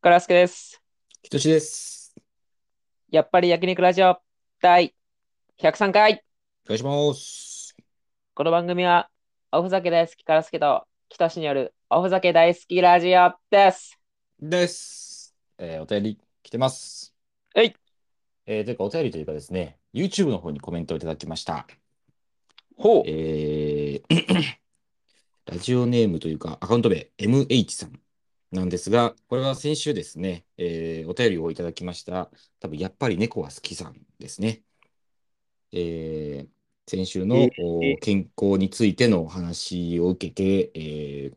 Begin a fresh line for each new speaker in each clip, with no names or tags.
岡良介です。
ひとしです。
やっぱり焼肉ラジオ第103回。
お願いします。
この番組は、おふざけ大好きからすけと、北市によるおふざけ大好きラジオです。
です。えーお便り来てます。
はい。
えーというか、お便りというかですね、YouTube の方にコメントをいただきました。
ほう。
えー ラジオネームというか、アカウント名、MH さんなんですが、これは先週ですね、えーお便りをいただきました、多分やっぱり猫は好きさんですね。えー先週の
え
お
え
健康についてのお話を受けて、えー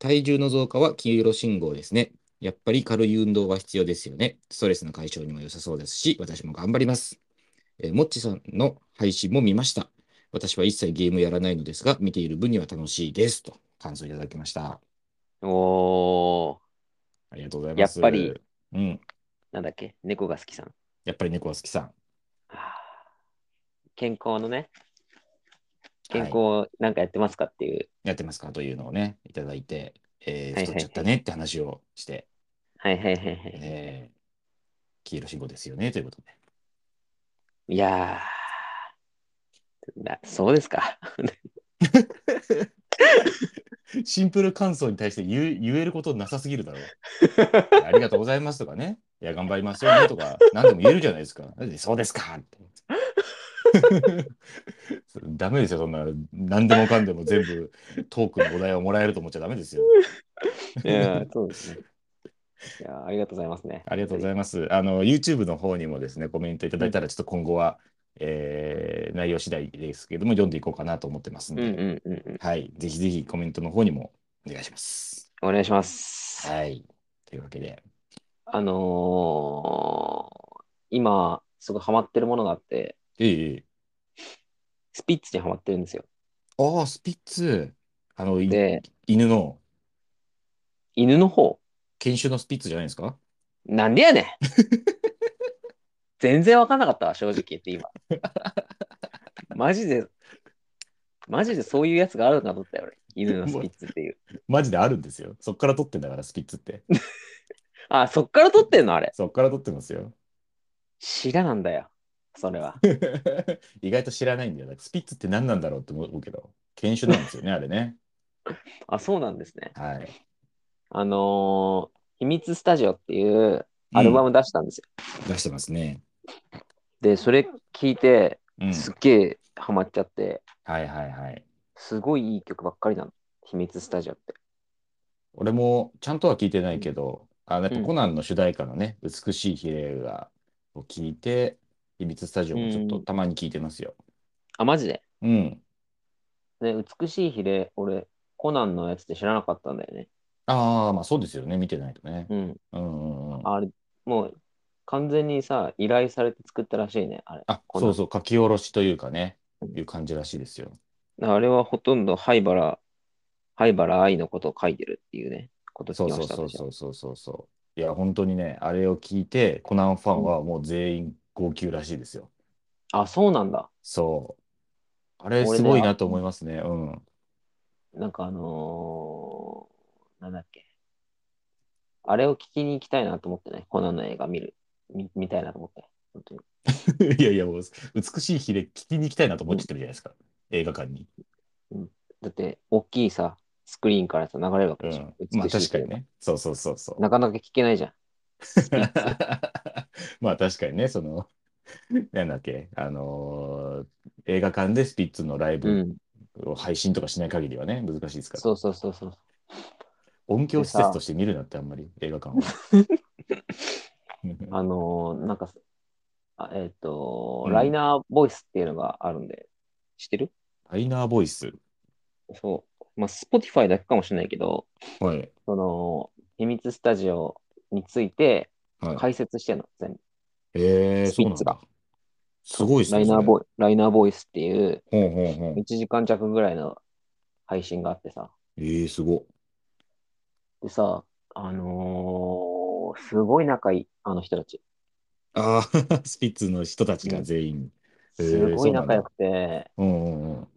体重の増加は黄色信号ですね。やっぱり軽い運動は必要ですよね。ストレスの解消にも良さそうですし、私も頑張ります。えーもっちさんの配信も見ました。私は一切ゲームやらないのですが、見ている分には楽しいですと感想いただきました。
おー、
ありがとうございます。
やっぱり。
うん。
なんだっけ、猫が好きさん。
やっぱり猫は好きさん。
あー健康のね、健
はい
康なんかやってますかっていう。
やってますかというのをね、いただいて、えー
はいはいはい
太っちゃったねって話をして、
はいはいはいはい。
えー黄色信号ですよねということで。
いやー、なそうですか。
シンプル感想に対して言う言えることなさすぎるだろ う。ありがとうございますとかね。いや、頑張りますよねとか、何でも言えるじゃないですか。だってそうですかって。 ダメですよ、そんな、何でもかんでも全部トークのお題をもらえると思っちゃダメですよ。
いやー、 そうですね。いやーありがとうございますね。
ありがとうございます。あの、YouTube の方にもですね、コメントいただいたら、ちょっと今後は、えー内容次第ですけども、読んでいこうかなと思ってますの
う
で、
んうんうんうん。
はい、ぜひぜひコメントの方にもお願いします。
お願いします。
はい。というわけで、
あのー今、すごいハマってるものがあって、
ええ
スピッツにハマってるんですよ。
ああ、スピッツ。あの、い
で、
犬の
犬の方、
犬種のスピッツじゃないですか
なんでやねん全然わかんなかったわ、正直言って今。マジで、マジでそういうやつがあるんだと思ったよ、俺。犬のスピッツっていう。
マジであるんですよ。そっから撮ってんだから、スピッツって。
あ、そっから撮ってんのあれ。
そっから撮ってますよ。
知らなんだよ、それは。
意外と知らないんだよ。だからスピッツって何なんだろうって思うけど、犬種なんですよ ね、あれね。
あ、そうなんですね。
はい。
あのー秘密スタジオっていうアルバム出したんですよ。
うん出してますね。
で、それ聞いて、
うん。
すっげえハマっちゃって、
はいはいはい。
すごいいい曲ばっかりなの。秘密スタジオって。
俺もちゃんとは聞いてないけど、あのやっぱ
うん
コナンの主題歌のね、美しい比例がを聞いて、秘密スタジオもちょっとたまに聞いてますよ。
あ、マジで。
うん。
ね、美しい比例、俺、コナンのやつって知らなかったんだよね。
ああ、まあそうですよね。見てないとね。
うん。
うんうんうん。
あれ、もう、完全にさ、依頼されて作ったらしいね、あれ。
あ、
こん
そ
な
うそう、書き下ろしというかね
う、ん
いう感じらしいですよ。
あれはほとんど灰原、灰原愛のことを書いてるっていうね、こと
そ
聞き
う
ま
そう
した。
そう
私は
そうそうそうそう。いや、本当にね、あれを聞いて、コナンファンはもう全員号泣らしいですよ。
あ、そうなんだ。
そう。あれ、
俺ね
すごいなと思いますね。うん。
なんかあのーなんだっけ。あれを聞きに行きたいなと思ってね、コナンの映画見る、見見たいなと思って、本当に。
いやいや、もう、美しい日で聞きに行きたいなと思っちゃってるじゃないですか。映画館に。
だって、大きいさ、スクリーンからさ、流れるわけ
う
でしょ
ん。。
美
まあ、
しい
確
け
か
れ
に
ば。
ね。そうそうそうそう。
なかなか聞けないじゃん。
まあ確かにね、その、なんだっけ、あのー映画館でスピッツのライ
う
ブ
ん。
を配信とかしない限りはね、難しいですから。
そうそうそうそう。
音響施
でさ
設として見るなってあんまり映画館は。
あのーなんかさ、あえっ、と、
うん
ライナーボイスっていうのがあるんで、知ってる
ライナーボイス。
そう。まあ、Spotify だけかもしれないけど、
はい。
その、秘密スタジオについて
はい、
解説してんの、全部。
えー、
スピ
そう
ッ
なん
ツが
だ。すごいです
ラ
ね。
イナー
イ
ボイライナーボイスっていう
ほうほうほう。
1時間弱ぐらいの配信があってさ。
えー、すご。
でさ、あのーすごい仲いい、あの人たち。
ああ、 スピッツの人たちが全員。へー
すごい仲良くて、
うんうんうん。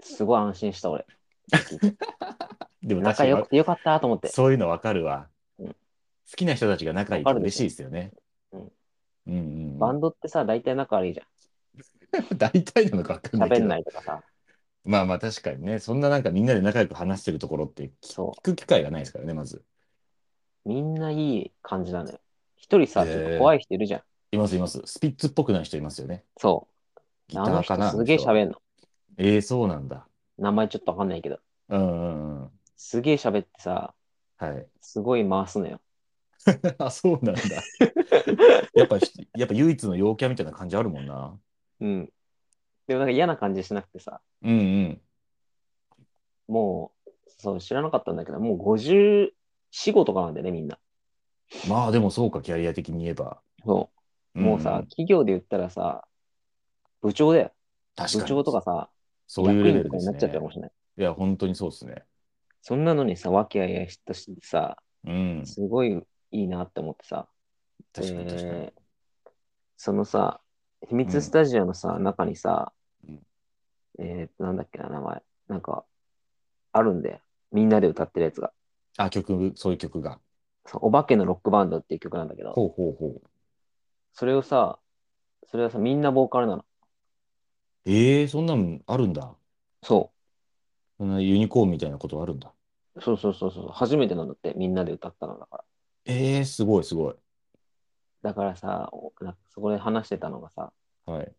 すごい安心した俺。
でも確
仲
かに
良くてよかったと思って。
そういうのわかるわ
うん。
きな人たちが仲いいと嬉しいですよね。
わか
うんうん
バンドってさ、大体仲悪いじゃ
大体なのか分か
ん。
んないけ
喋
ど
んないとかさ。
まあまあ確かにね、そんななんかみんなで仲良く話してるところって
そ
聞く機会がないですからね、まず。
う。みんないい感じなのよ。一人さ、
へ
ち
ー
ょっと怖い人いるじゃん。
いますいます。スピッツっぽくない人いますよね。
そ
ギ
う。
タ
あの
ー
人
かな。
すげえ
る。
喋んの。
ええそうなんだ。
名前ちょっとわかんないけど。
うんうんうん。
すげえ喋ってさ、
はい。
すごい回すのよ。
あ、そうなんだ。 やっぱ、やっぱ唯一の陽キャみたいな感じあるもんな。
うん。でもなんか嫌な感じしなくてさ、
うんうん。
もう、そう、知らなかったんだけど、もう54、5とかなんだよね、みんな。
まあでもそうか、キャリア的に言えば。
そ
ん
う。
ん
もうさ、企業で言ったらさ、部長だよ。
確
部
かに。
長とかさ、
そういうレベ
役員
ル
とか
で
に
す
なっちゃって
ね
るか。もしれない。
いや、本当にそうですね。
そんなのにさ、和気あいあいとしてさ、
うん。
すごいいいなって思ってさ、
確かに確かに。
えーそのさ、秘密スタジオのさ、中にさ
うん、
えー、なんだっけな、名前。なんか、あるんだよ。みんなで歌ってるやつが。
あ、曲、そういう曲が。
そうお化けのロックバンドっていう曲なんだけど、
ほうほうほう。
それをさ、それはさ、みんなボーカルなの。
ええそんなんあるんだ。
そ
そんなユニコーンみたいなことあるんだ。
う。そうそうそうそう。初めてなんだって、みんなで歌ったのだから。
ええすごいすごい。
だからさ、おなんかそこで話してたのがさ、
はい。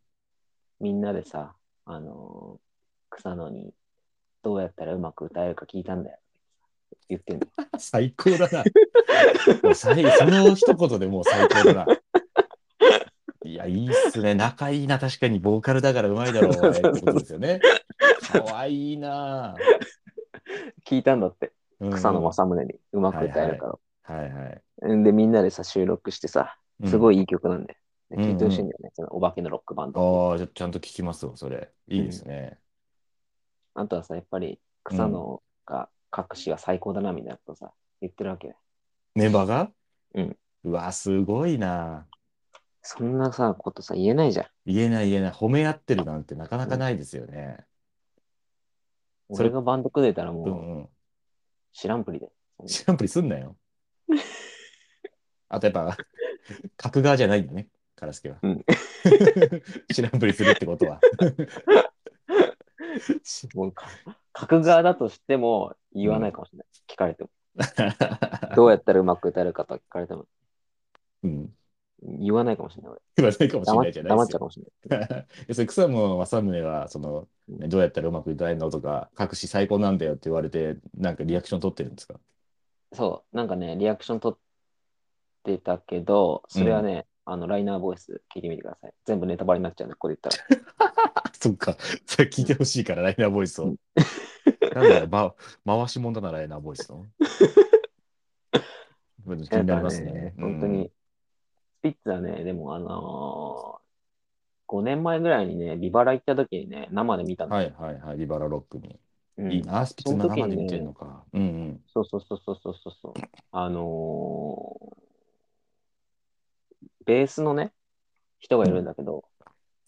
みんなでさ、あのー草野にどうやったらうまく歌えるか聞いたんだよ。言ってんの。
最高だな。もう最その一言でもう最高だな。いや、いいっすね。仲いいな、確かに。ボーカルだからうま いだろう、お前ってことですよね。かわいいな、
聞いたんだって、
うん
草野正宗にうまく歌えるから。
はいはい。
んで、みんなでさ、収録してさ、すご
い。
いいい曲なんだよ。で聞いてほしいんだよね、そのお化けのロックバンド。
ああ、ちょちゃんと聞きますよ、それ。いいですね。
あとはさ、やっぱり草野が隠しは最高だなみたいなことさ、言ってるわけで。
メンバーが
うん。
うわ、すごいな。
そんなさ、ことさ、言えないじゃん。
言えない言えない。褒め合ってるなんてなかなかないですよね。それ
俺がバンド組んでたら
う
もうん
うん。
知らんぷりで。
知らんぷりすんなよ。あとやっぱ、角側じゃないんだね、カラスケは。
うん
知らんぷりするってことは。し
もうか角側だとしても言わないかもしれない。聞かれても。どうやったらうまく歌えるかとか聞かれても
うん、
言わないかもしれない。俺
言わないかもしれ
黙
ない
っ
じゃない
黙っ
で
ち
す
ゃう
よ。
かもしれない。
いやそれ草野正宗はその、ねどうやったらうまく歌えるのとか、隠し最高なんだよって言われて、なんかリアクション取ってるんですか
そう、なんかね、リアクション取ってたけど、それはね、あの、ライナーボイス聞いてみてください。全部ネタバレになっちゃうんで、ここで言っ たら。
あそっか、それ聞いてほしいから、ライナーボイスを。なんだよ、ま、回しもんだな、ライナーボイス の。気になりますね。
だから本当に、スピッツはね、でも、あのー、5年前ぐらいにね、ビバラ行った時にね、生で見た
うん。
の。
はいはいはい、リバラロックに。
うん
いいな、スピッツ
その時
生
に
で
ね
見てるのか。うんうん。
そうそうそうそうそうそうそう。あのーベースのね、人がいるんだけど、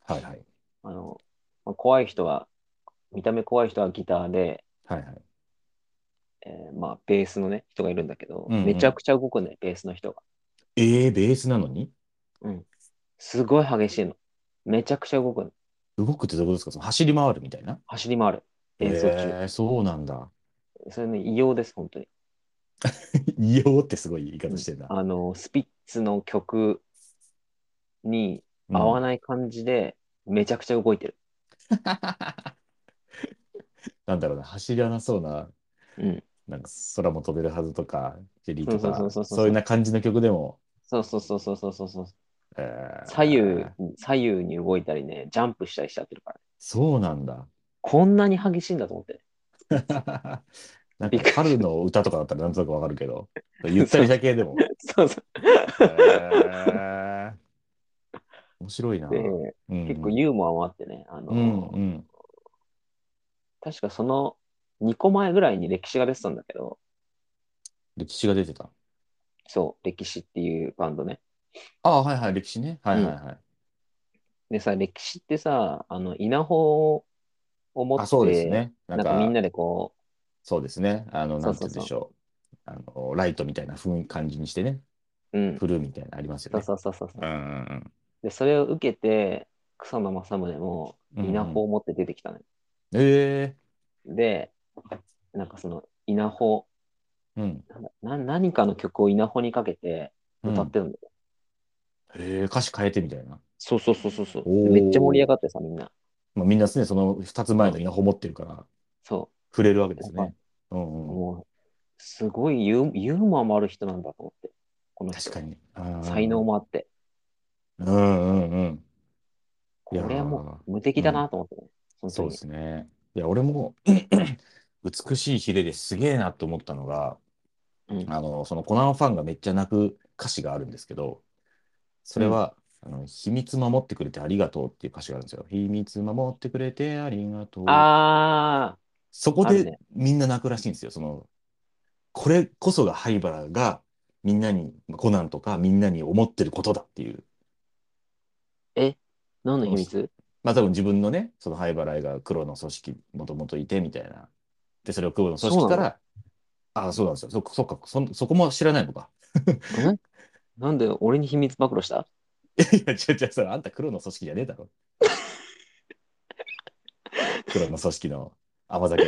はいはい。
あの、まあ怖い人は、見た目怖い人はギターで、
はいはい。
えーまあ、ベースのね、人がいるんだけど、
うんうん
めちゃくちゃ動くね、ベースの人が。
えー、ベースなのに
すごい激しいの。めちゃくちゃ動くの。
動くってどういうことですかその走り回るみたいな。
走り回る。
え
演奏中。
ー、そうなんだ。
それね、異様です、本当に。
異様ってすごい言い方してるな。
あの、スピッツの曲に
うん
合わない感じで、めちゃくちゃ動いてる。
なんだろうな、走らなそうな、
うん。
なんか空も飛べるはずとか、ジェリーと
そ
か
う、そうそうそうそう
そういうな感じの曲でも、
そうそうそうそうそうそうそう。
えー
左右、左右に動いたりね、ジャンプしたりしちゃってるから。
そうな んだ。
こんなに激しいんだと思って。
なんか春の歌とかだったらなんとなくわかるけ ど、ゆったりだけでも。
そうそう。
へー面白いな。
で、
うん
結構ユーモアもあってね、あの、
うんうん。
確かその2個前ぐらいに歴史が出てたんだけど、
歴史が出てた。
そう、歴史っていうバンドね。
ああ、はいはい、歴史ね。はいはいはい。
でさ、歴史ってさ、あの、稲穂を持って、
あ、そうですね。な
なんん
か、
かみんなでこ
そうですね。あの、
そ
な
うんそ
て
うそう
言うんでしょう。あのライトみたいな風感じにしてね。
うん。
振るみたいなのありますよ
そう
ね。
そうそうそうそう。
うんうん
で、それを受けて、草野正宗も
うんうん
稲穂を持って出てきたのよ。
うん。え
で、なんかその稲穂、
えうん。
なんだな何かの曲を稲穂にかけて
うん
歌ってるの、よ
ええ歌詞変えてみたいな。
そうそうそうそうそ
お
う。
ー
めっちゃ盛り上がってさ、みんな。
まあ、みんなですね、その2つ前のイナホ持ってるから、
そ
触れるわけですね。うん
う。
うん、
もう、すごいユーユーモアもある人なんだと思って。この人
確かに。うん
才能。もあって。
うんうんうん。
こ
いやー
れはもう無敵だなと思ってね。そ
そう
の
で
時
すね。いや、俺も 美しいヒレですげえなと思ったのが、
うん
あの、そのコナンファンがめっちゃ泣く歌詞があるんですけど、それは、あの秘密守ってくれてありがとうっていう歌詞があるんですよ。秘密守ってくれてありがとう。
あ
そこ
ある
で
ね
みんな泣くらしいんですよ。その、これこそが灰原がみんなに、コナンとかみんなに思ってることだっていう。
ー、何の秘密
まあ多分自分のね、その灰原が黒の組織もともといてみたいな。で、それを黒の組織から、ああ、そうなんですよ。そそっかそ、そこも知らないのか。
えなんで俺に秘密暴露した
いや、違う違う、それあんた黒の組織じゃねえだ ろ。黒の組織の甘酒。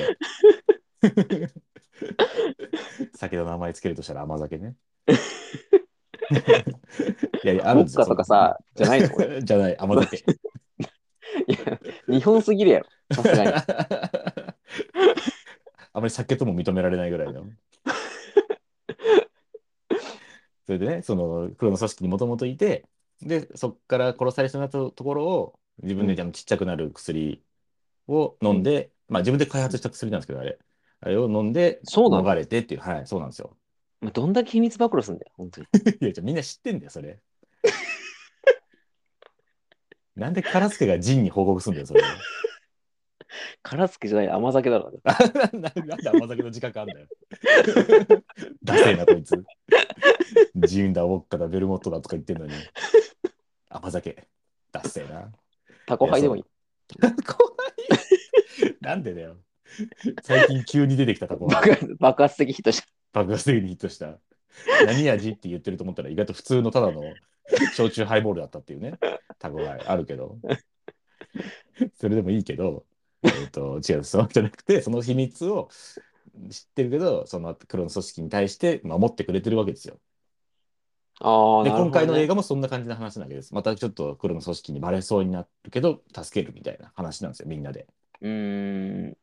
酒の名前つけるとしたら甘酒 ね。いやいや、ある
ロ
んで
ッ
すよ。
カとかさ、じゃないのこれ。
その じゃない、甘酒。
いや日本すぎるやろ。さすがに。
あまり酒とも認められない ぐらいの。それでね、その黒の組織にもともといて、で、そこから殺されそうになったところを、自分であのちっちゃくなる薬を飲んで、まあ自分で開発した薬なんですけど、あれ。あれを飲んで、
そうなの
逃れてっていう、はい、そうなんですよ。
お前どんだけ秘密暴露すんだよ、本当に。
いや、じゃあみんな知ってんだよ、それ。なんでカラスケがジンに報告すんだよ、それ。
辛すけじゃない、甘酒だろ。
ななんで甘酒の自覚あんだよ。 ダセえな、こいつ。ジンだ、ウォッカだ、ベルモットだとか言ってんのに。甘酒。ダセえな。
タコハイでもいい。
怖い。なんでだよ。最近急に出てきたタコが
爆発爆発的ヒットし
爆発的にヒット した。何味って言ってると思ったら意外と普通のただの焼酎ハイボールだったっていうね、タコがあるけど。それでもいいけど、えっと違う、そうじゃなくて、その秘密を知ってるけど、その黒の組織に対して守ってくれてるわけですよ。
た。ああ、
で、
なるほ
今
どね
回の映画もそんな感じの話なわけです。またちょっと黒の組織にバレそうになるけど、助けるみたいな話なんですよ、みんなで。
うーん。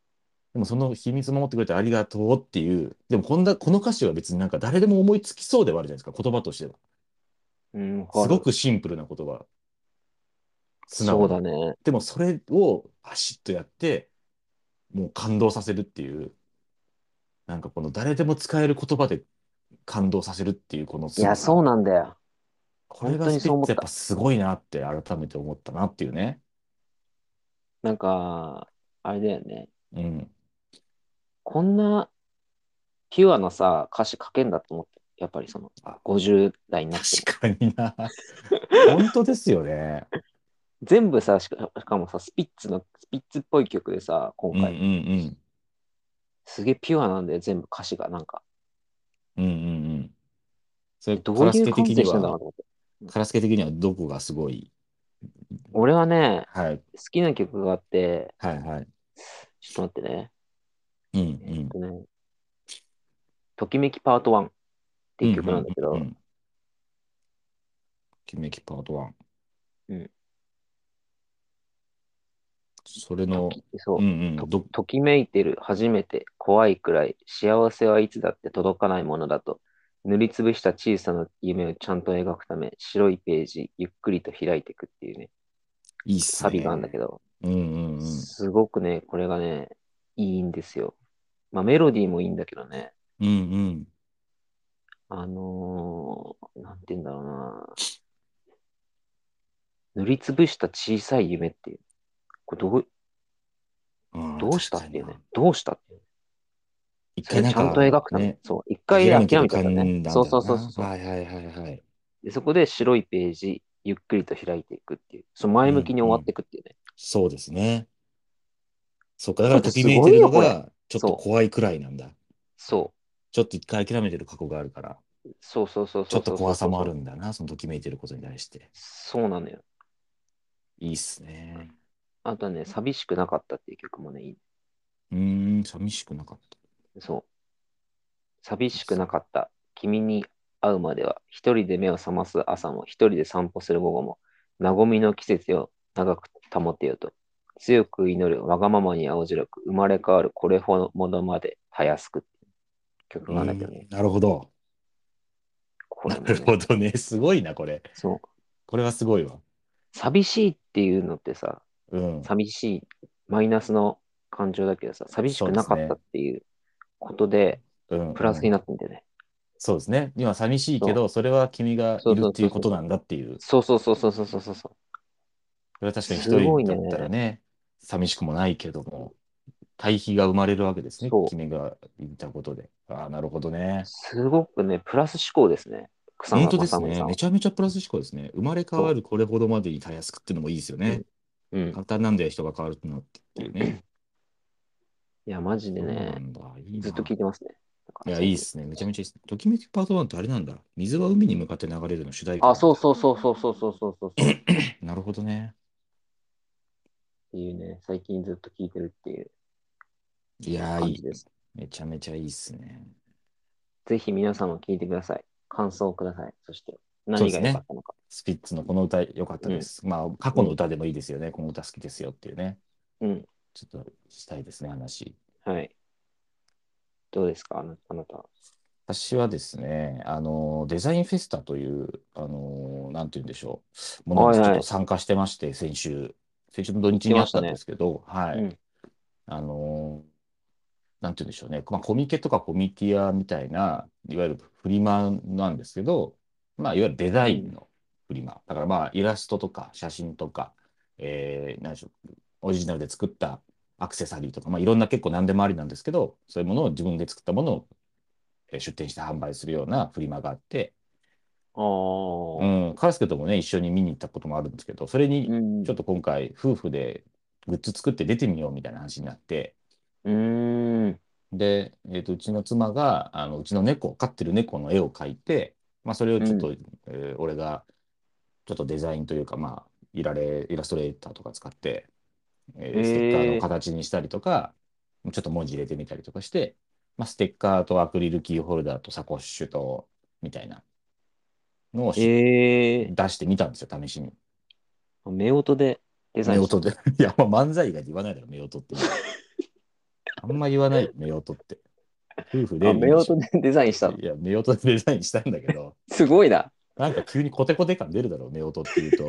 でもその秘密守ってくれてありがとうっていう、でもこんなこの歌詞は別になんか誰でも思いつきそうではあるじゃないですか、言葉としては。
うん、わかる
すごくシンプルな言葉。素直
そう
な
だね。
でもそれをパシッとやって、もう感動させるっていう、なんかこの誰でも使える言葉で感動させるっていう、この
いや、そう
う
なんだよ。
こ
本
れが
当
ス
に
ピ
そう
ッ
思っ
ツ
た
やっぱすごいなって改めて思ったなっていうね。
なんか、あれだよね。
うん。
こんなピュアなさ、歌詞書けんだと思って。やっぱりその
あ、
50代になって。
確かに な。本当ですよね。
全部さ、しかしかもさ、スピッツの、スピッツっぽい曲でさ、今
うんうん
回。
うん。
すげえピュアなんだよ、全部歌詞が。なんか、
うんうんうん。それ、
ど
カ
う
ラ
い
ス
う
ケ
感
的
じ
に
でしてんだろう
は
と、思って。
カラスケ的にはどこがすごい
俺はね、
はい
好きな曲があって、
はいはい。
ちょっと待ってね。
うんう
えっ
ん。
とね、ときめきパート1っていう曲なんだけど、
うううんキメキパート1。
うん
それの、
そうう、
んうん、
と
ど
ときめいてる、初めて、怖いくらい、幸せはいつだって届かないものだと、塗りつぶした小さな夢をちゃんと描くため、白いページ、ゆっくりと開いていくっていうね、
いいっすね。
サビがあるんだけど、
うんうんうん。
すごくね、これがね、いいんですよ。まあ、メロディーもいいんだけどね、
うんうん。
あのー、なんて言うんだろうな。塗りつぶした小さい夢っていう。これどう、
うん
どうしたっていうね。。どうしたっていう。
一
それ
回なん
ち
か
ゃんと描くため。
ね
そう。一回諦めちゃった
諦め
ね
て。
そうそうそう
噛ん
そ
だ
う。
んだなはいはいはいはい。
で、そこで白いページ、ゆっくりと開いていくっていう。そう、前向きに終わっていくっていうね。
そうですね。そうか、だから
ちょ
と
っと
きめいてるの
すごいよ
が、ちょっと怖いくらいなんだ。
そ
ちょっと一回諦めてる過去があるから。
そうそうそうそう。
ちょっと怖さもある。んだな、そのときめいてることに対して。
そうなのよ。
いいっすね。
あとね、寂しくなかったっていう曲もね、いいう
ーん、寂しくなかった。
そう。寂しくなかった。君に会うまでは、一人で目を覚ます朝も、一人で散歩する午後も、和みの季節を長く保てよと。強く祈るわがままに青白く、生まれ変わるこれほどまでたやすくっていう曲なんだけどね。
うーんなるほど。
こ
な
れも、
るほ
ね、
どね。すごいな、これ。
そう。
これはすごいわ。
寂しいっていうのってさ、
うん。
寂しい、マイナスの感情だけどさ、寂しくなかったっていうことで、
うん、
プラスになってんだよね。
そうですね。今、寂しいけど、それは君がいるっていうことなんだっていう。
そうそうそうそうそうそうそう。
それは確かに一
すごい
人
ね
だったらね、寂しくもないけども、対比が生まれるわけですね
そ。う
君がいたことで。ああ、なるほどね。
すごくね、プラス思考ですね。草
本
野
当で
正
す
宗
ね。
さん
め。ちゃめちゃプラス思考ですね。生まれ変わるこれほどまでにたやすくってのもいいですよね。
うん。
簡単なんだよ、人が変わるってのっていうね。
いや、マジで
そうな
ね、
んだ。いい
ずっと
な
聞いてますね。
いや、いいっすね。めちゃめちゃいいっすね。ときめきパート1ってあれなんだ。水は海に向かって流れるの主題歌。
あ、そうそうそうそうそうそうそうそう。って
なるほどね。
いうね、最近ずっと聞いてるっていう
いやー、い
感
い
じ。です。
めちゃめちゃいいっすね。
ぜひ皆さんも聞いてください。感想をください。そして、何が良かったのか。
スピッツのこの歌良かったです。まあ、過去の歌でもいいですよね。この歌好きですよっていうね。ちょっとしたいですね、話。
うん。はい。どうですかあなあなたは。
私はですね、あの、デザインフェスタという、あの、なんて言うんでしょう、ものにちょ
はい
っ
はい
と参加してまして、先週、先週の土日
言
に
ってま
あっ
した
たん
ね
ですけど、は
う
い。
ん
あの、なんて言うんでしょうね、まあ、コミケとかコミティアみたいな、いわゆるフリマなんですけど、まあ、いわゆるデザインのフリマ。だからまあ、イラストとか写真とか、えー、なんでしょう、オリジナルで作ったアクセサリーとか、まあ、いろんな結構何でもありなんですけど、そういうものを自分で作ったものをえー出店して販売するようなフリマがあって、
ああ。
うん、カラスケともね、一緒に見に行ったこともあるんですけど、それに
うん
ちょっと今回、夫婦でグッズ作って出てみようみたいな話になって、
うーん。
で、えーと、うちの妻が、あの、うちの猫、飼ってる猫の絵を描いて、まあ、それをちょっと、えー俺が、ちょっとデザインというか、まあ、いられ、イラストレーターとか使って、えー
えー
ステッカーの形にしたりとか、ちょっと文字入れてみたりとかして、まあ、ステッカーとアクリルキーホルダーとサコッシュと、みたいなのをし
ええ
出してみたんですよ、試しに。
ー。目音でデザイン
夫で。 いや、まあ、漫才以外で言わないだろ、夫婦って。 あんま言わない、夫婦って。夫婦で
あ目音でデザインしたの。
いや、目音でデザインしたんだけど、
すごいな。
なんか急にコテコテ感出るだろう、目音って言うと。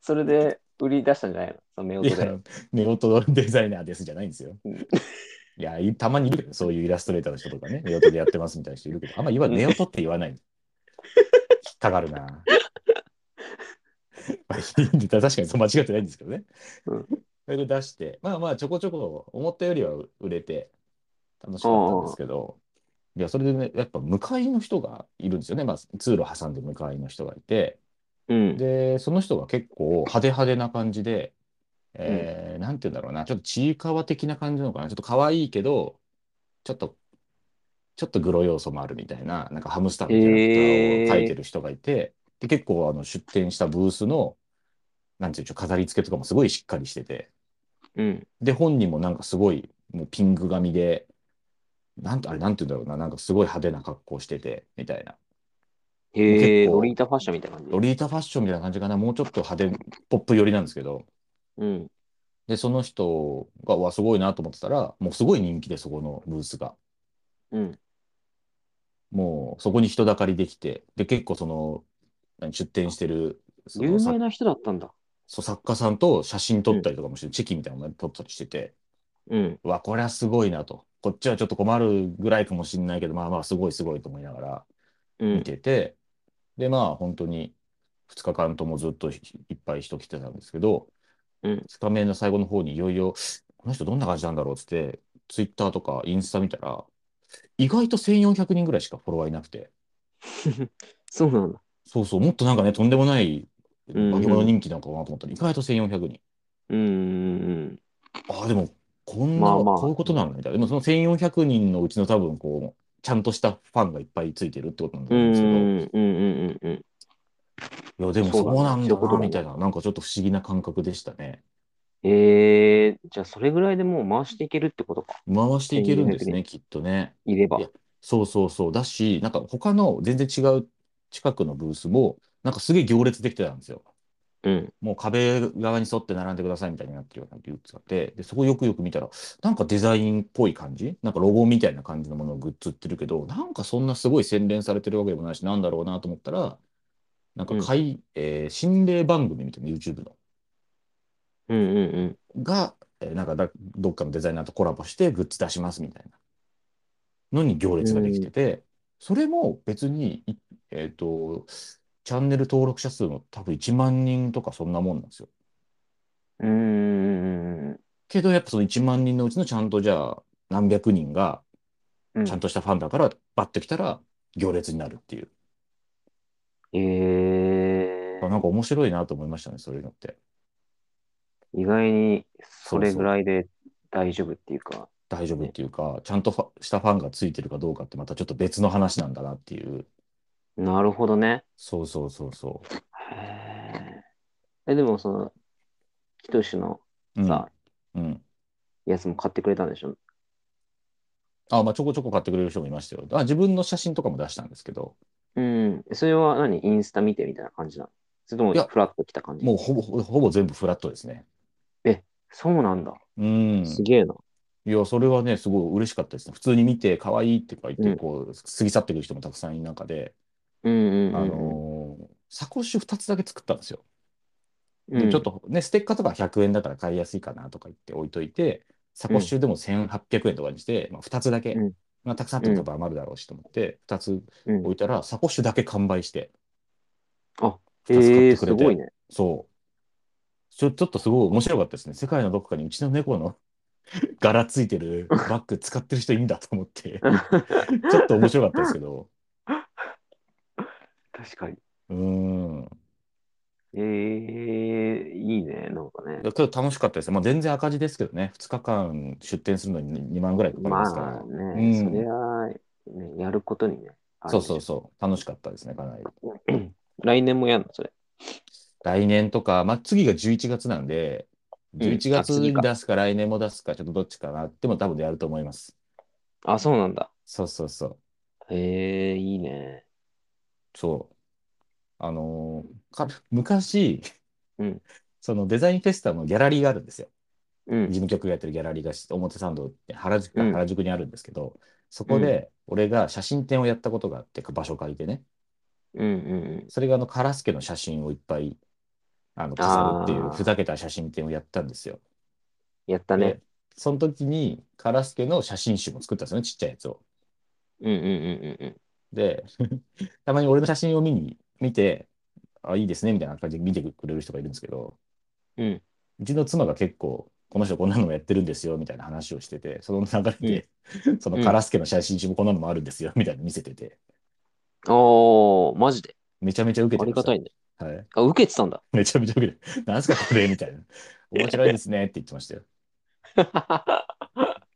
それで売り出したんじゃないのその目音
い
で
や。、目音デザイナーですじゃないんですよ
うん。
いや、いたまにいるけど、そういうイラストレーターの人と かね、目音でやってますみたいな人いるけど、あんま言わ
うん
目音って言わない。引っかかるな。 まあ、いいんで確かにそう間違ってないんですけどね。
うん
それで出して、まあまあ、ちょこちょこ思ったよりは売れて、楽しかったんですけど、いや、それでね、やっぱ向かいの人がいるんですよね。まあ、通路挟んで向かいの人がいて、
うん。
で、その人が結構派手派手な感じで、えーなんて言うんだろうな、ちょっとちいかわ的な感じなのかな、ちょっと可愛いけど、ちょっと、ちょっとグロ要素もあるみたいな、なんかハムスターのキャラクターを描いてる人がいて、で、結構あの出展したブースの、なんていうんでしょう、飾り付けとかもすごいしっかりしてて、
うん。
で、本人もなんかすごい、もうピンク髪で、なんて、あれ、なんて言うんだろうな、なんかすごい派手な格好してて、みたいな。
へえ、
結構
ロリータファッションみたいな感じ。
ロリータファッションみたいな感じかな、もうちょっと派手、ポップ寄りなんですけど、
うん。
で、その人が、うわ、すごいなと思ってたら、もうすごい人気で、そこのブースが。
うん。
もう、そこに人だかりできて、で、結構その、何出展してる、そ
有
の
名
さ
な人だったんだ。
そう作家さんと写真撮ったりとかもして、チェキみたいなのも撮ったりしてて、
うん。
うわ、これはすごいなと。こっちはちょっと困るぐらいかもしれないけど、まあまあ、すごいすごいと思いながら
う
見
ん。
てて、で、まあ、本当に2日間ともずっとひいっぱい人来てたんですけど、
うん。
2日目の最後の方にいよいよ、この人どんな感じなんだろうっつって、ツイッターとかインスタ見たら、意外と1400人ぐらいしかフォロワーいなくて、
そうなんだ。
そうそう、もっとなんかね、とんでもない化
うんうん
け物人気なのかなと思ったら、意外と1400人。
うんうん
ああ、でも、こんな、
まあまあ
こういうことなのみたいな。でもその1400人のうちの多分、こう、ちゃんとしたファンがいっぱいついてるってことなんだと
う
思うん
ん
ですけど、
うんうんうん。
いや、でも
そ
そう
だ
うなん
そういう
だ
こと
な、
だ
みたいな、なんかちょっと不思議な感覚でしたね。
ええじゃあそれぐらいでもう回していけるってことか。
回していけるんですね、きっとね。
いれば
い。やそうそうそう。だし、なんか他の全然違う近くのブースも、なんかすげえ行列できてたんですよ。
うん。
もう壁側に沿って並んでくださいみたいになってるようなグッズがあって、で、そこよくよく見たら、なんかデザインっぽい感じなんかロゴみたいな感じのものをグッズ売ってるけど、なんかそんなすごい洗練されてるわけでもないし、なんだろうなと思ったら、なんかかい、えー心霊番組みたいな YouTube の。
うんうんうん。
が、えーなんかだどっかのデザイナーとコラボしてグッズ出しますみたいなのに行列ができてて、それも別に、いえっ、と、チャンネル登録者数も多分1万人とかそんなもんなんですよ。
うーん。
けどやっぱその1万人のうちのちゃんとじゃあ何百人が
うん
ちゃんとしたファンだからバッてきたら行列になるっていう。
ええ
なんか面白いなと思いましたね、そういうのって。
意外にそれぐらいで大丈夫っていうか。
大丈夫っていうか、ちゃんとファしたファンがついてるかどうかってまたちょっと別の話なんだなっていう。
なるほどね。
そうそうそうそ
へえ。え、でもその、キトシの
う。うん
さ、
うん。
やつも買ってくれたんでしょ
あ、まあ、ちょこちょこ買ってくれる人もいましたよ。あ、自分の写真とかも出したんですけど、
うん。それは何インスタ見てみたいな感じなのそれとも
いや
フラッと来た感じ
もうほぼ、ほぼ全部フラットですね。
そうなんだ。
うん。
すげえな。
いや、それはね、すごい嬉しかったですね。普通に見て、可愛いってか言っ
う
て、
ん
こう、過ぎ去ってくる人もたくさんいる中で、
うんうん
あ
うん
のーサコッシュ2つだけ作ったんですよ。
うん。
でちょっ
と。
とね、ステッカーとか100円だから買いやすいかなとか言って置いといて、サコッシュでも1800円とかにして、まあ、2つだけ、
うん
まあ、たくさんあっても多分余るだろうしと思って、2つ
うん
置いたら、サコッシュだけ完売して、
あ、
2つ買
え
っ
え
てく
す
れて、
ごいね。
そう。ちょ、ちょっとすごい面白かったですね。世界のどこかにうちの猫の 柄ついてるバッグ使ってる人いいんだと 思って、ちょっと面白かったですけど。
確かに。
うーん。
ええいいね、なんかね
ちょ。っと楽しかったですね。まあ、全然赤字ですけどね。2日間出店するのに2万ぐらいかかりますから
まあ。ね、
うん
そりゃ、ね、やることにね。ある
そうそうそう。楽しかったですね、かなり。
来年もやんの、それ。
来年とか、まあ、次が11月なんで、
ん
11
あ
月
次
に
か
出すか来年も出すか、ちょっとどっちかなっても多分やると思います。
あ、そうなんだ。
そうそうそう。
ええいいね。
そう。あのーか昔、
うん
そのデザインフェスタのギャラリーがあるんですよ。
う
事
ん。
務局がやってるギャラリーが表参道って原宿,、
うん
原宿にあるんですけど、そこで俺が写真展をやったことがあって、場所借りてね、
うんうん
それがあの、カラスケの写真をいっぱいあの飾るっていう
あー
ふざけた写真展をやったんですよ。
うん。やった
で
ね。、
その時にカラスケの写真集も作ったんですよね、ちっちゃいやつを。
うんうんうんうん
で、 たまに俺の写真を見に、見て、あ、いいですね、みたいな感じで見てくれる人がいるんですけど、
うん。うん。
うちの妻が結構、この人こんなのもやってるんですよ、みたいな話をし てて、その流れで、そのカラスケの写真集もこんなのもあるんですよ、みたいなの見せてて、
おー、マジで。
めちゃめちゃ受け
あ
て
り
ま
が
した
いね。
はい。
あ、受けてたんだ。
めちゃめちゃ受けて、なんすかこれみたいな。面白いですねって言ってましたよ。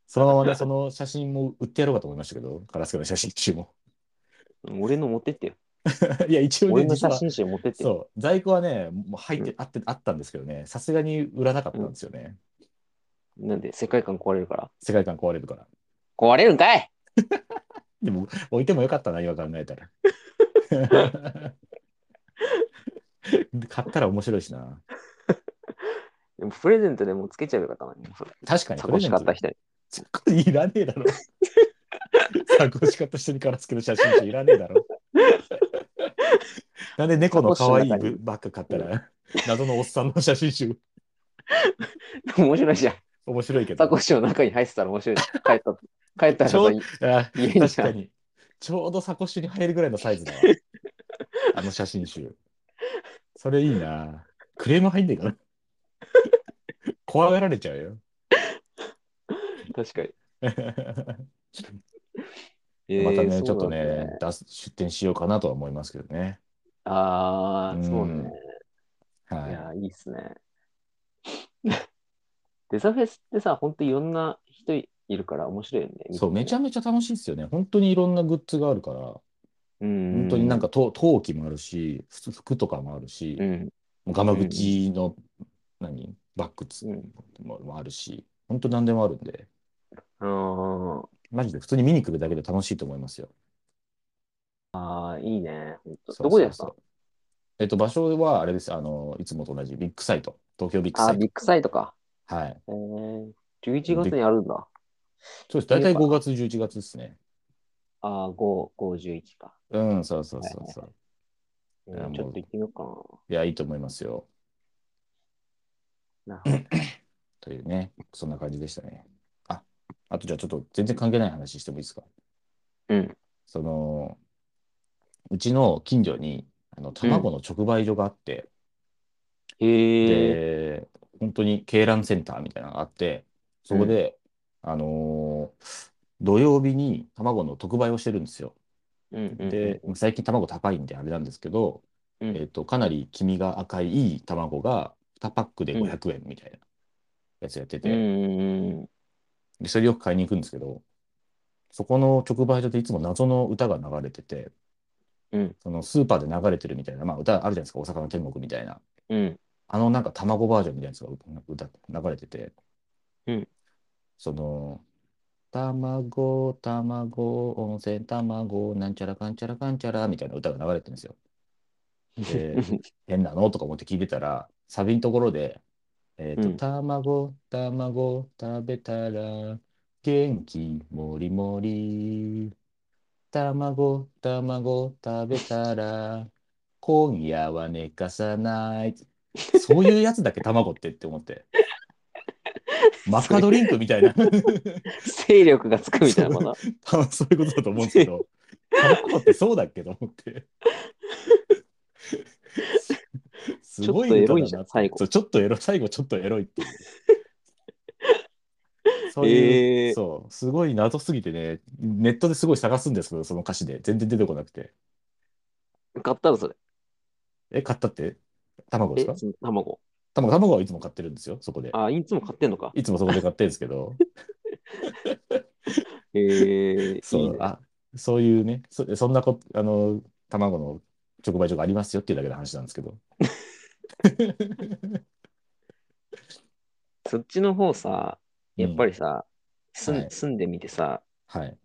そのままね、その写真も売ってやろうかと思いましたけど、カラスケの写真集も。
俺の持ってってよ。
いや、一応ね、
俺の
実
写
は
真集持ってってよ。
そう、在庫はね、もう入って、あって、あったんですけどね、さすがに売らなかったんですよね。
なんで、世界観壊れるから。
世界観壊れるから。
壊れるんかい
でも、置いてもよかったな、今考えたら。 買ったら面白いしな。
でもプレゼントでもつけちゃえばよかったのに。それ
確かに、
サコッシュ買った人
人。
に。
サコいらねえだろ。サコッシュ買った人にからつける写真集いらねえ だろ。なんで猫の可愛い
サコッシュの中に
ブバッグ買ったら、謎のおっさんの写真集、
面白い じゃん。
面白いけど
サコ。ッシュの中に入ってたら面白いじ ゃん。帰った、帰ったら
ちょ
さ、
うあ
家に
確かに。ちょうどサコッシュに入るぐらいのサイ ズだわ。あの写真集。それいいな。クレーム入んねえか な。怖がられちゃうよ。
確かに。
また
えー
ね、ちょっと。
そうなんだ
ね出す、出店しようかなとは思いますけどね。
ああ、そうね。
はいい。
や、いいっすね。 デザフェスってさ、ほんといろんな人いるから面白いよね。
そう、めちゃめちゃ楽しいですよね。本当にいろんなグッズがあるから、
うん、
本当になんかと陶器もあるし、ふ服とかもあるし
う、ん、
もうガマ口の、何、バッグつ
うん
ももあるし、本当何でもあるんで、
うん。
マジで普通に見に来るだけで楽しいと思いますよ。
ああ、いいね。ほんと
そう
どこでやっ
そ
た
うそうえっと、場所はあれです。あの、いつもと同じビッグサイト。東京ビッグ
あ
サ
あ、
イ
ビッグサイトか。
ト。はい。
えー、11月にあるんだ。
そうです。大体5月、11月ですね。
ああ、5、5、11か。
うん、そうそうそうそう。
え
いや
ー
もう
ちょっと行ってみよう
いや、いいと思いますよ。
か な。なるほど
というね、そんな感じでしたね。あ、あとじゃあちょっと全然関係ない話してもいいですか
うん。
その、うちの近所に、あの、卵の直売所があって、
へえ。
で、本当に鶏卵センターみたいなのがあって、そこで、あのー土曜日に卵の特売をしてるんですよ。
うんうん
で、最近卵高いんであれなんですけど、
うん
えっと、かなり黄身が赤いいい卵が2パックで500円みたいなやつやって
うん
て、
うん
でそれよく買いに行くんですけど、そこの直売所でいつも謎の歌が流れてて、
うん
そのスーパーで流れてるみたいな、まあ歌あるじゃないですか、大阪の天国みたいな。
うんうん
あのなんか卵バージョンみたいなやつが歌って流れてて、
うん
その、卵、卵、温泉、卵、なんちゃらかんちゃらかんちゃらみたいな歌が流れてるんですよ。 で、変なのとか思って聞いてたら、サビのところで、えっと、
うん
卵、卵、食べたら、元気もりもり。卵、卵、食べたら、今夜は寝かさない。そういうやつだっけ、 卵ってって 思って。マッカドリンクみたいな。
勢力がつくみたいなもの。
多分 そういうことだと思うんですけど、卵ってそうだっけと 思って。すすごい
ちょっとエ
歌
ロ
だ
い
な
じゃん
て
最後
そうちょっとエロ、最後ちょっとエロいっていう。そうい
え
う、
ー
そう、すごい謎すぎてね、ネットですごい探すんですけど、その歌詞で。全然出てこなくて。
買ったのそれ。
え、買ったって卵です
え
か、
その卵。
卵卵はいつも買ってるんですよ、そこで。
ああ、いつも買ってんのか。
いつもそこで買ってるんですけ ど、
へえ。
そう
いいね
あそういうね、そそんなこあの、卵の直売所がありますよっていうだけの話なんですけ ど。
そっちの方さ、やっぱりさ、住ん
はい
住んでみてさ、
はい。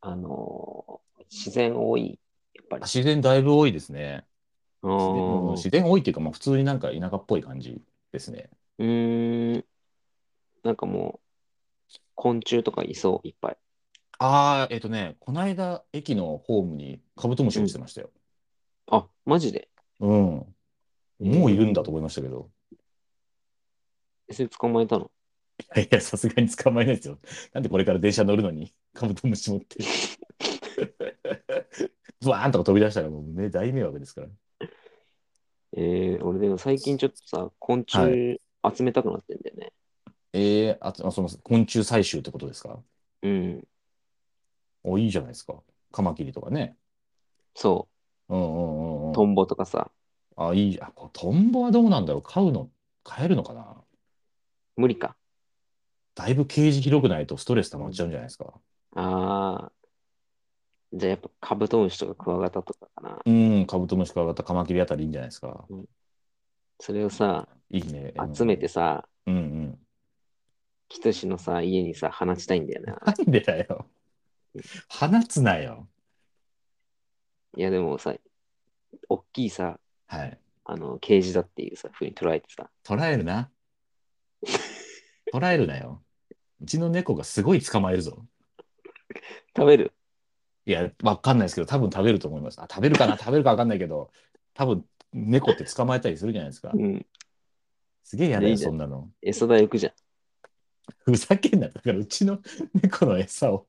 あのー自然多い。やっぱり。
自然だいぶ多いですね。
う
自然うん
ー
自然多いっていうか、まあ、普通になんか田舎っぽい感じですね。
うーん。なんかもう、昆虫とかいそう、いっぱい。
ああ、えっ、とね、この間、駅のホームにカブトムシ落ちてましたよ。
あ、マジで。
うん。もういるんだと思いましたけど。
それ捕まえたの。
いやいや、さすがに捕まえないですよ。なんでこれから電車乗るのに、 カブトムシ持って。 ブワーンとか飛び出したら、もうね、大迷惑ですから。
えー、俺でも最近ちょっとさ、昆
は
虫集めたくなってんだよね。
ええあつあその昆虫採集ってことですか
うん。
お、いいじゃないですか。カマキリとかね。
そ
うんうんうん
う。
う
ト
ん。
ンボとかさ、
あ、いい。あ、こトンボはどうなんだろう。飼うの、飼えるのかな
無理か。
だいぶケージ広くないとストレス溜まっちゃうんじゃないですか。
あー。じゃあやっぱカブトムシとかクワガタとかかな。
うん、カブトムシクワガタ、カマキリあたりいいんじゃないですか。
それをさ、
いいね。うん
集めて。さ、
うんうん。
キトシのさ、家にさ、放ちたいんだよな。
なんでだよ。放つなよ。
いやでもさ、おっきいさ、
はい。
あの、ケージだっていうさ、ふうに捉えてさ、
捉えるな。捉えるなよ。うちの猫がすごい捕まえるぞ。
食べる
いや、わかんないですけど、多分食べると思います。あ、食べるかな、食べるかわかんないけど、多分猫って捕まえたりするじゃないですか
う。ん。
すげえ嫌だ
い
よ、
いじゃん
そんなの。
餌代浮くじゃん。
ふざけんな。だから、うちの猫の餌を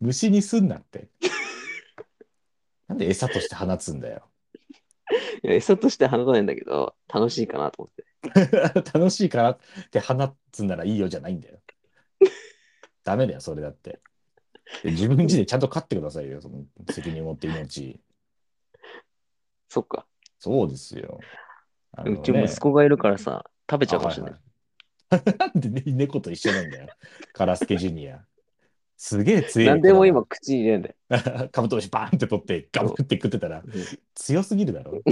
虫にすんなって。なんで餌として放つんだよ。
いや餌として放たないんだけど、楽しいかなと思って。
楽しいからって放つならいいよじゃないんだよ。ダメだよ、それだって。自分自でちゃんと飼ってくださいよ、その責任を持って命。
そっか。
そうですよ。あの
うち
ね
息子がいるからさ、食べちゃうかもしれない。
あはいはい なんで、ね、猫と一緒なんだよ。カラスケジュニア。すげえ強い。
何でも今口に入れんだよ。
カブトムシバーンって取って、ガブって食ってたら、強すぎるだろ。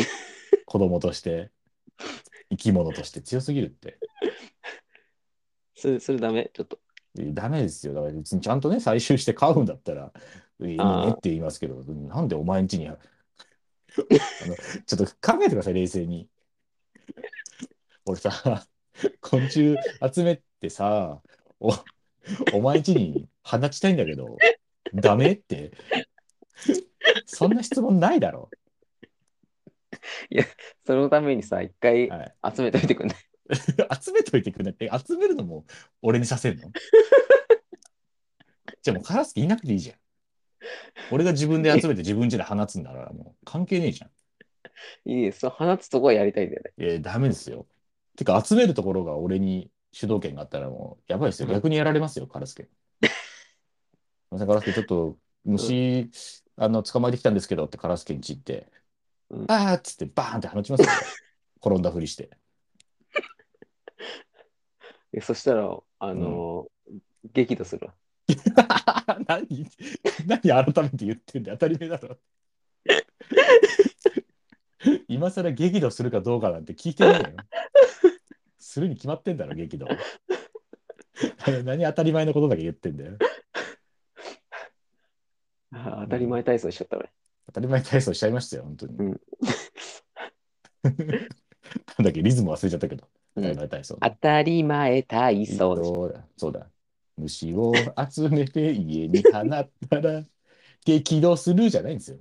子供として、生き物として強すぎるって。
それ、それダメちょっと。
ダメですよ。だから別にちゃんとね、採集して飼うんだった ら、いい
あー
ねって言いますけど、なんでお前んち に、あの、ちょっと考えてください、冷静に。俺さ、昆虫集めてさ、お、お前んちに放ちたいんだけど、ダメって。そんな質問ないだろ。
そのためにさ、一回
はい、
集めておいてくんない。
集めといてくれって、集めるのも俺にさせる のじゃあもうカラスケいなくていいじゃん。俺が自分で集めて自分家で放つんだからもう関係ねえじゃん。
いいです。その放つとこはやりたいんだよね。
えダメですよ。てか集めるところが俺に主導権があったらもうやばいですよ。
うん
逆にやられますよ、カラスケ。すいません、カラスケちょっと虫、あの捕まえてきたんですけどってカラスケに散って、
うん
あーっつってバーンって放ち ますよ。転んだふりして。
えそしたら、あのー激怒するわ。
何何改めて言ってんだよ当たり前だ ろ。今更激怒するかどうかなんて聞いてないよ。するに決まってんだろ、激怒。 何当たり前のことだけ言ってんだよ。
あー当たり前体操しちゃった俺。
当たり前体操しちゃいましたよ、本当に。
うん
なんだっけ、リズム忘れちゃったけど、当たり前体操。
当たり前体操でしょ。
そうだ、そうだ。虫を集めて家に放った ら、激怒するじゃないんですよ。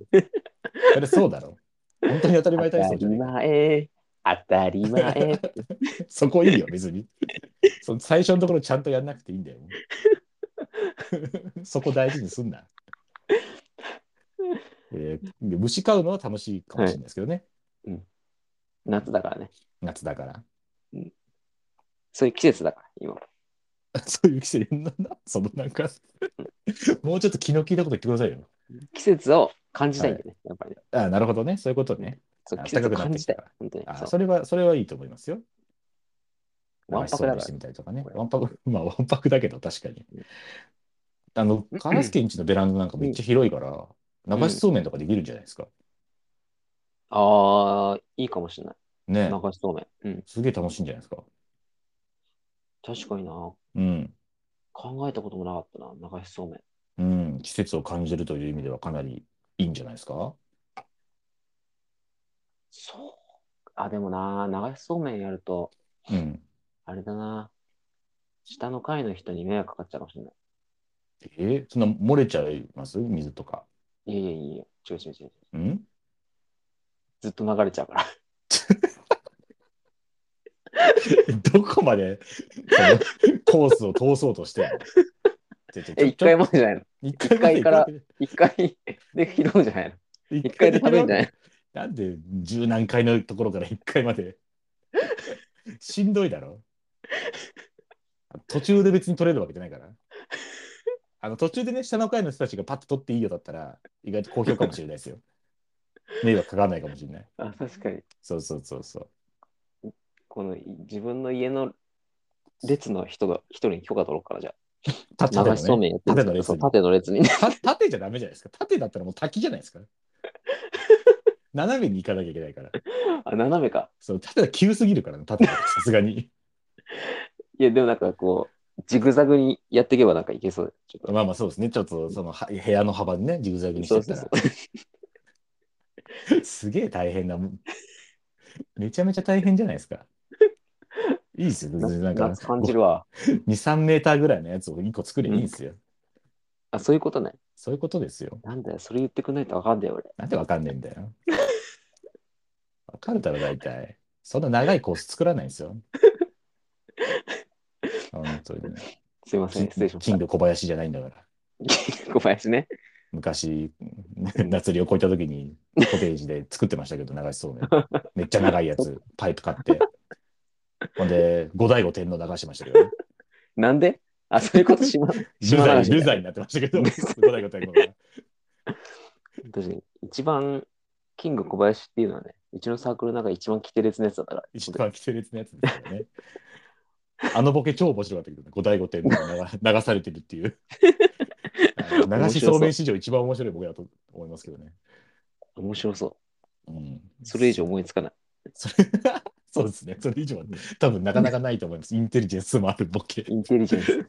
それそうだろ。本当に当たり前
当
体
た
操じゃ
り
ない。
前、当たり前。
そこいいよ、別に。その最初のところちゃんとやんなくていい んだよ。そこ大事にすんな。えーで虫飼うのは楽しいかもしれないですけどね、
夏だからね。
夏だから。
そういう季節だから、今。
そういう季節なんだ、そのなんか、もうちょっと気の利いたこと言ってくださいよ。
季節を感じたいんだよね、やっぱり。
あなるほどね、そういうことね。
そう
あ
季節を
暖かくな
感
って
じ
き
た
た
い
から。
本当に。
あ
そう
それは、それはいいと思いますよ。
わんぱくだから
流しそうめんしてみたりとかね
こ。れ
わんぱく、 まあ、わんぱくだけど、確かに。あの、カラスケんちのベランダなんかめっちゃ広いから、
ん
流しそうめんとかできるんじゃないですか。
ああ、いいかもしれない。
ね
流しそうめん。うん。
すげえ楽しいんじゃないですか。
確かにな。
うん。
考えたこともなかったな、流しそうめん。
うん。季節を感じるという意味ではかなりいいんじゃないですか。
そう。あ、でもな、流しそうめんやると、
うん。
あれだな。下の階の人に迷惑かかっちゃうかもしれない。
えーそんな漏れちゃいます水とか。
いやいやいや、違う違う違う。
うん
ずっと流れちゃうから。
どこまでそのコースを通そうとしてるのちょちょち
え、
ょ
一回もじゃないの
一
一回から
まで
一回で拾うんじゃないの
行
一
くわけ
回で食べるんじゃないの
なんで十何回のところから一回 までしんどいだろ途中で別に取れるわけじゃないからあの途中でね下の階の人たちがパッと取っていいよだったら意外と好評かもしれないですよ迷惑かからないかもしれない
あ、確かに。
そうそうそうそう
このい自分の家の列の人が一人に許可取ろうからじゃ
た
あ。
縦
流しそ
の
う
ね
めんやってるんですけどそう縦の列に。
た縦じゃダメじゃないですか縦だったらもう滝じゃないですか斜めに行かなきゃいけないから
あ、斜めか。
そう縦は急すぎるからね縦だとさすがに
いや、でもなんかこう、ジグザグにやっていけばなんかいけそう。ちょっと。
まあまあそうですね。ちょっとそのは部屋の幅にね、ジグザグにし
そ
て
う
った
そう
ら
そう。。
すげえ大変なもん。めちゃめちゃ大変じゃないですか。いいですよ。別になんか
夏感じるわ。
2、3メーターぐらいのやつを1個作ればいいんですよ。
あ、そういうことね。
そういうことですよ。
なんだよ、それ言ってくんないとわかんないよ、俺。
なんでわかんねえんだよ。わかるだろ、大体。そんな長いコース作らない んですよ。本当に、ね。
すいません、失礼しまし
金魚小林じゃないんだから。
た。小林ね。
昔、 夏漁こういった時に、コテージで作ってましたけど、流しそ うめん。めっちゃ長いやつ、パイプ買って。ほんで、後醍醐天皇流してましたけどね、
なんであ、そういうことしま、
流
島流
罪
し
流罪になってましたけど、後醍醐天皇が。
確かに。一番、キング小林っていうのはね、うちのサークルの中で一番規定列のやつだから。
一番規定列のやつですよね。あのボケ超面白かったけどね、五大五点で流 流されてるっ ていう。流しそうめん史上一番面白いボケだと思いますけどね。
面白そ
うん、
う。それ以上思いつかない。
それ そうですね、それ以上は多分なかなかないと思います。インテリジェンスもあるボケ。
インテリジェンス。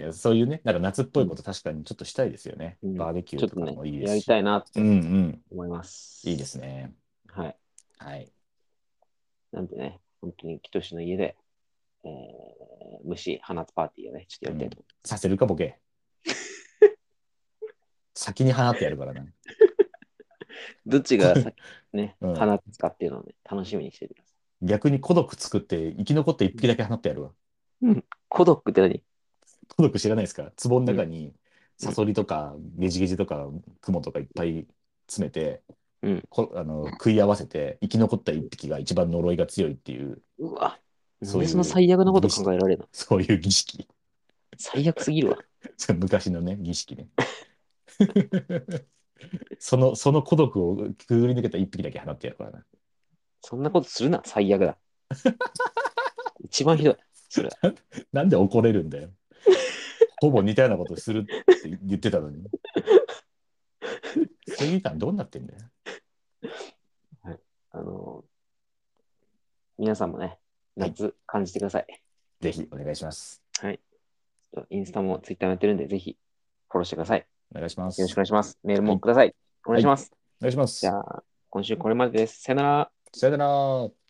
いやそういうね、なんか夏っぽいこと確かにちょっとしたいですよね。
うん
バーベキュ
ちょ
ー
っ
と
と
かもいい
ね、
で
や
す
り
し。
たいなって
うんうん、
思います。
いいで。すね。
はい。
はい。
なんでね、本当に、キトシの家で、えー、虫放つパーティーをね、ちょっとやりたいと思
させるか、ボ ケ。先に放ってやるからな。
う。どっちがさね、
うん
放つか っていうのをね、楽しみにしててください。
逆に孤独作って、生き残って一匹だけ放ってやるわ。
孤独って何
孤独知らないですか壺の中にサソリとかゲジゲジとかクモとかいっぱい詰めて、
うん
こあの食い合わせて生き残った一匹が一番呪いが強いっていう
うわ、な
そ
ん
うい
で
う
その最悪なこと考えられるの
そういう儀式
最悪すぎるわ。
昔のね儀式ね そのその孤独をくぐり抜けた一匹だけ放ってやるからな
そんなことするな、最悪 だ。一番ひどい。それは。
なんで怒れるんだよほぼ似たようなことするって言ってたのに 正義感どうなってんだよ
あの皆さんもね、夏感じてください。
ぜひお願いします
インスタもツイッターもやってるんで、ぜひフォローしてください。よ
お願いします
ろしくお願いします。メールもください。お願いします。
お願いします
じゃあ、今週これまでです。さよなら。
さよなら。